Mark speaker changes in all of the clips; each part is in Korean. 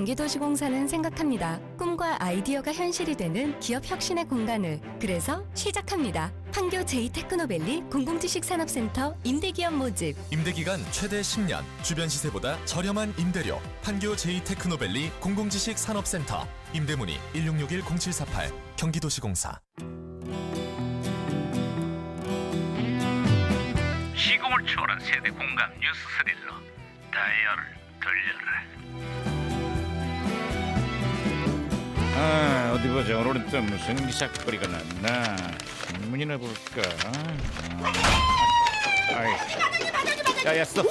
Speaker 1: 경기도시공사는 생각합니다. 꿈과 아이디어가 현실이 되는 기업 혁신의 공간을 그래서 시작합니다. 판교 제이테크노밸리 공공지식산업센터 임대기업 모집
Speaker 2: 임대기간 최대 10년, 주변 시세보다 저렴한 임대료, 판교 제이테크노밸리 공공지식 산업센터, 임대문의 1661-0748, 경기도시공사.
Speaker 3: 시공을 초월한 세대 공감 뉴스 스릴러 다이얼을 돌려라
Speaker 4: 아 어디 보자 오늘은 또 무슨 기사거리가 났나 신문이나 볼까 아, 아이 야야 써야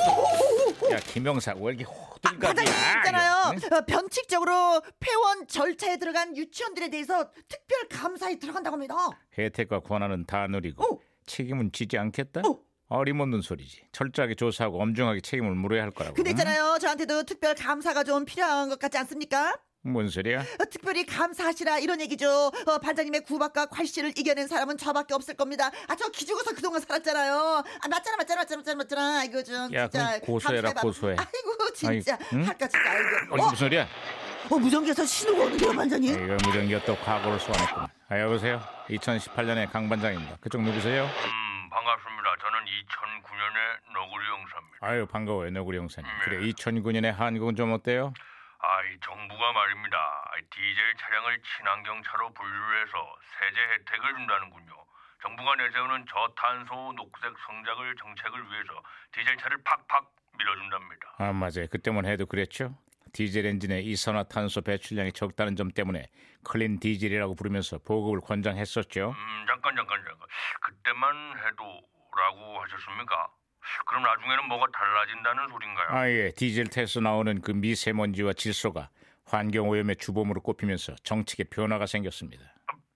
Speaker 4: 김영사 왜 이렇게 호들갑이야 네.
Speaker 5: 반장님 있잖아요. 어, 변칙적으로 폐원 절차에 들어간 유치원들에 대해서 특별 감사에 들어간다고 합니다.
Speaker 4: 혜택과 권한은 다 누리고
Speaker 5: 어.
Speaker 4: 책임은 지지 않겠다
Speaker 5: 어.
Speaker 4: 어림없는 소리지 철저하게 조사하고 엄중하게 책임을 물어야 할 거라고
Speaker 5: 근데
Speaker 4: 응?
Speaker 5: 있잖아요. 저한테도 특별 감사가 좀 필요한 것 같지 않습니까?
Speaker 4: 뭔 소리야
Speaker 5: 어, 특별히 감사하시라 이런 얘기죠. 어, 반장님의 구박과 괄시를 이겨낸 사람은 저밖에 없을 겁니다. 아 저 기죽어서 그동안 살았잖아요. 아 맞잖아 맞잖아 맞잖아 맞잖아 맞잖아. 이거 좀
Speaker 4: 야,
Speaker 5: 진짜
Speaker 4: 그럼 고소해라,
Speaker 5: 감사해봐.
Speaker 4: 고소해.
Speaker 5: 아이고 진짜
Speaker 4: 아이고, 응?
Speaker 5: 할까 진짜 아이고.
Speaker 4: 아니
Speaker 5: 어,
Speaker 4: 무슨 소리야
Speaker 5: 어 무전기에서 신호가 오는데요 반장님.
Speaker 4: 이거 무전기가 또 과거를 소환했구만 아 여보세요 2018년의 강 반장입니다 그쪽 누구세요
Speaker 3: 음 반갑습니다 저는 2009년에 너구리 형사입니다
Speaker 4: 아유 반가워요 너구리 형사님
Speaker 3: 네.
Speaker 4: 그래 2009년의 한국은 좀 어때요?
Speaker 3: 아이 정부가 말입니다 아이, 디젤 차량을 친환경 차로 분류해서 세제 혜택을 준다는군요 정부가 내세우는 저탄소 녹색 성장을 정책을 위해서 디젤 차를 팍팍 밀어준답니다
Speaker 4: 아 맞아요 그때만 해도 그랬죠 디젤 엔진의 이산화탄소 배출량이 적다는 점 때문에 클린 디젤이라고 부르면서 보급을 권장했었죠
Speaker 3: 음 잠깐 잠깐 잠깐 그때만 해도 라고 하셨습니까 그럼 나중에는 뭐가 달라진다는 소린가요?
Speaker 4: 아예 디젤 테스트 나오는 그 미세먼지와 질소가 환경오염의 주범으로 꼽히면서 정책에 변화가 생겼습니다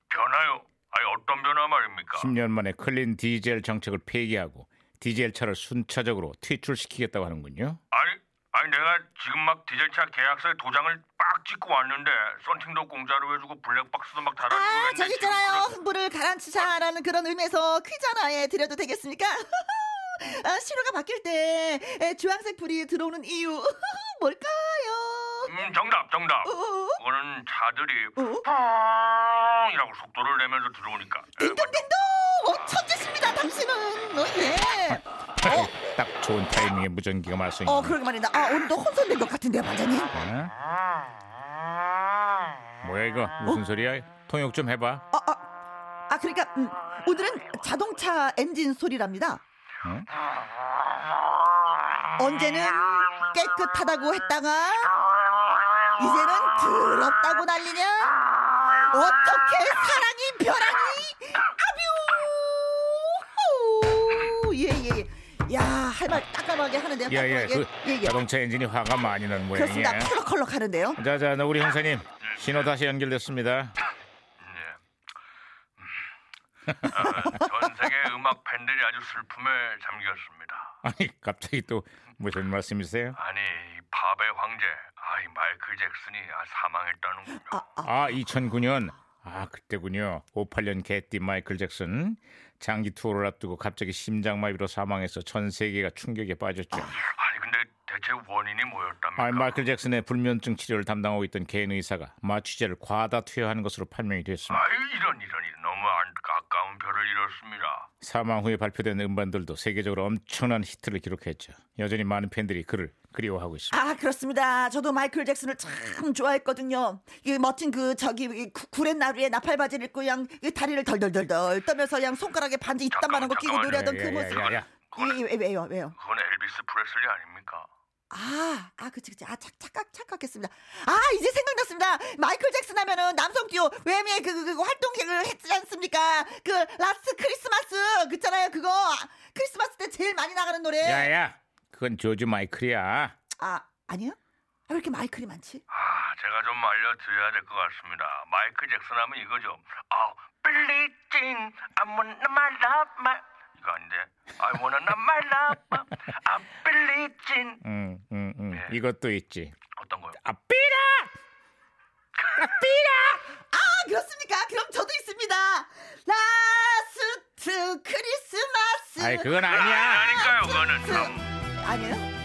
Speaker 3: 변화요? 아니 어떤 변화 말입니까?
Speaker 4: 10년 만에 클린 디젤 정책을 폐기하고 디젤 차를 순차적으로 퇴출시키겠다고 하는군요
Speaker 3: 아니, 아니 내가 지금 막 디젤차 계약서에 도장을 빡 찍고 왔는데 썬팅도 공짜로 해주고 블랙박스도 막 달아주고
Speaker 5: 아,
Speaker 3: 했는데
Speaker 5: 저기
Speaker 3: 지금
Speaker 5: 있잖아요.
Speaker 3: 그런-
Speaker 5: 흥부를 가라앉히자라는 그런 의미에서 퀴즈 하나에 드려도 되겠습니까? 아, 신호가 바뀔 때 에, 주황색 불이 들어오는 이유 뭘까요?
Speaker 3: 음 정답 정답
Speaker 5: 어?
Speaker 3: 그거는 차들이
Speaker 5: 어?
Speaker 3: 팡이라고 속도를 내면서 들어오니까 에,
Speaker 5: 딩동댕동! 어, 천재십니다, 당신은. 어, 예.
Speaker 4: 딱 좋은 타이밍에 무전기가 말썽이네
Speaker 5: 어, 그러게 말입니다. 아, 오늘도 혼선된 것 같은데요, 반장님.
Speaker 4: 어? 뭐야 이거
Speaker 5: 어?
Speaker 4: 무슨 소리야? 통역 좀 해봐.
Speaker 5: 아, 그러니까 음, 오늘은 자동차 엔진 소리랍니다.
Speaker 4: 응?
Speaker 5: 언제는 깨끗하다고 했다가 이제는 더럽다고 난리냐? 어떻게 사랑이 벼랑이 아뷰 예예 야 할 말 따끔하게 하는데요
Speaker 4: 야야,
Speaker 5: 따끔하게.
Speaker 4: 그
Speaker 5: 예, 예.
Speaker 4: 자동차 엔진이 화가 많이 난
Speaker 5: 그렇습니다
Speaker 4: 모양이야.
Speaker 5: 펄럭펄럭 하는데요
Speaker 4: 자자, 나 우리 형사님 신호 다시 연결됐습니다.
Speaker 3: 예. 음, 아, 전 세계 음악 팬들이 아주 슬픔에 잠겼습니다.
Speaker 4: 아니 갑자기 또 무슨 말씀이세요?
Speaker 3: 아니 이 팝의 황제 아이 마이클 잭슨이 아, 사망했다는군요.
Speaker 4: 아 2009년 아 그때군요. 58년 개띠 마이클 잭슨 장기 투어를 앞두고 갑자기 심장마비로 사망해서 전 세계가 충격에 빠졌죠.
Speaker 3: 아니 근데 대체 원인이 뭐였답니까?
Speaker 4: 아 마이클 잭슨의 불면증 치료를 담당하고 있던 개인 의사가 마취제를 과다 투여한 것으로 판명이 됐습니다.
Speaker 3: 아유 이런 이런 이런 너무 안, 아까운 별을 잃었습니다.
Speaker 4: 사망 후에 발표된 음반들도 세계적으로 엄청난 히트를 기록했죠. 여전히 많은 팬들이 그를 그리워하고 있습니다.
Speaker 5: 아 그렇습니다 저도 마이클 잭슨을 참 좋아했거든요 이 멋진 그 저기 이 구- 구렛나루에 나팔바지를 입고 양 이 다리를 덜덜덜덜 떠면서 양 손가락에 반지 이딴 만한 거 끼고
Speaker 3: 잠깐만요. 예,
Speaker 5: 노래하던 그
Speaker 4: 야, 야,
Speaker 5: 모습
Speaker 4: 야, 야.
Speaker 5: 이- 이- 왜요 왜요
Speaker 3: 그건 엘비스 프레슬리 아닙니까?
Speaker 5: 아, 아, 그치, 그치. 아, 착, 착각, 착각했습니다. 아, 이제 생각났습니다. 마이클 잭슨 하면은 남성 듀오 외미의 그, 그, 그 활동객을 했지 않습니까? 그, 라스트 크리스마스, 그잖아요, 그거. 크리스마스 때 제일 많이 나가는 노래.
Speaker 4: 야야, 그건 조지 마이클이야.
Speaker 5: 아, 아니요? 아, 왜 이렇게 마이클이 많지?
Speaker 3: 아, 제가 좀 알려드려야 될 것 같습니다. 마이클 잭슨 하면 이거죠. 아, 빌리 진, I wanna my love, my... 이거 아닌데. I wanna know my love, 아, 빌리 진.
Speaker 4: 음, 음, 음.
Speaker 3: 네.
Speaker 4: 이것도 있지.
Speaker 3: 어떤 거요?
Speaker 4: 아삐라! 아삐라!
Speaker 5: 아, 그렇습니까? 그럼 저도 있습니다. 라스트 크리스마스.
Speaker 4: 아이 그건
Speaker 3: 아니,
Speaker 4: 아니야.
Speaker 3: 아니니까요, 그거는
Speaker 5: 그-
Speaker 3: 참.
Speaker 5: 아니에요?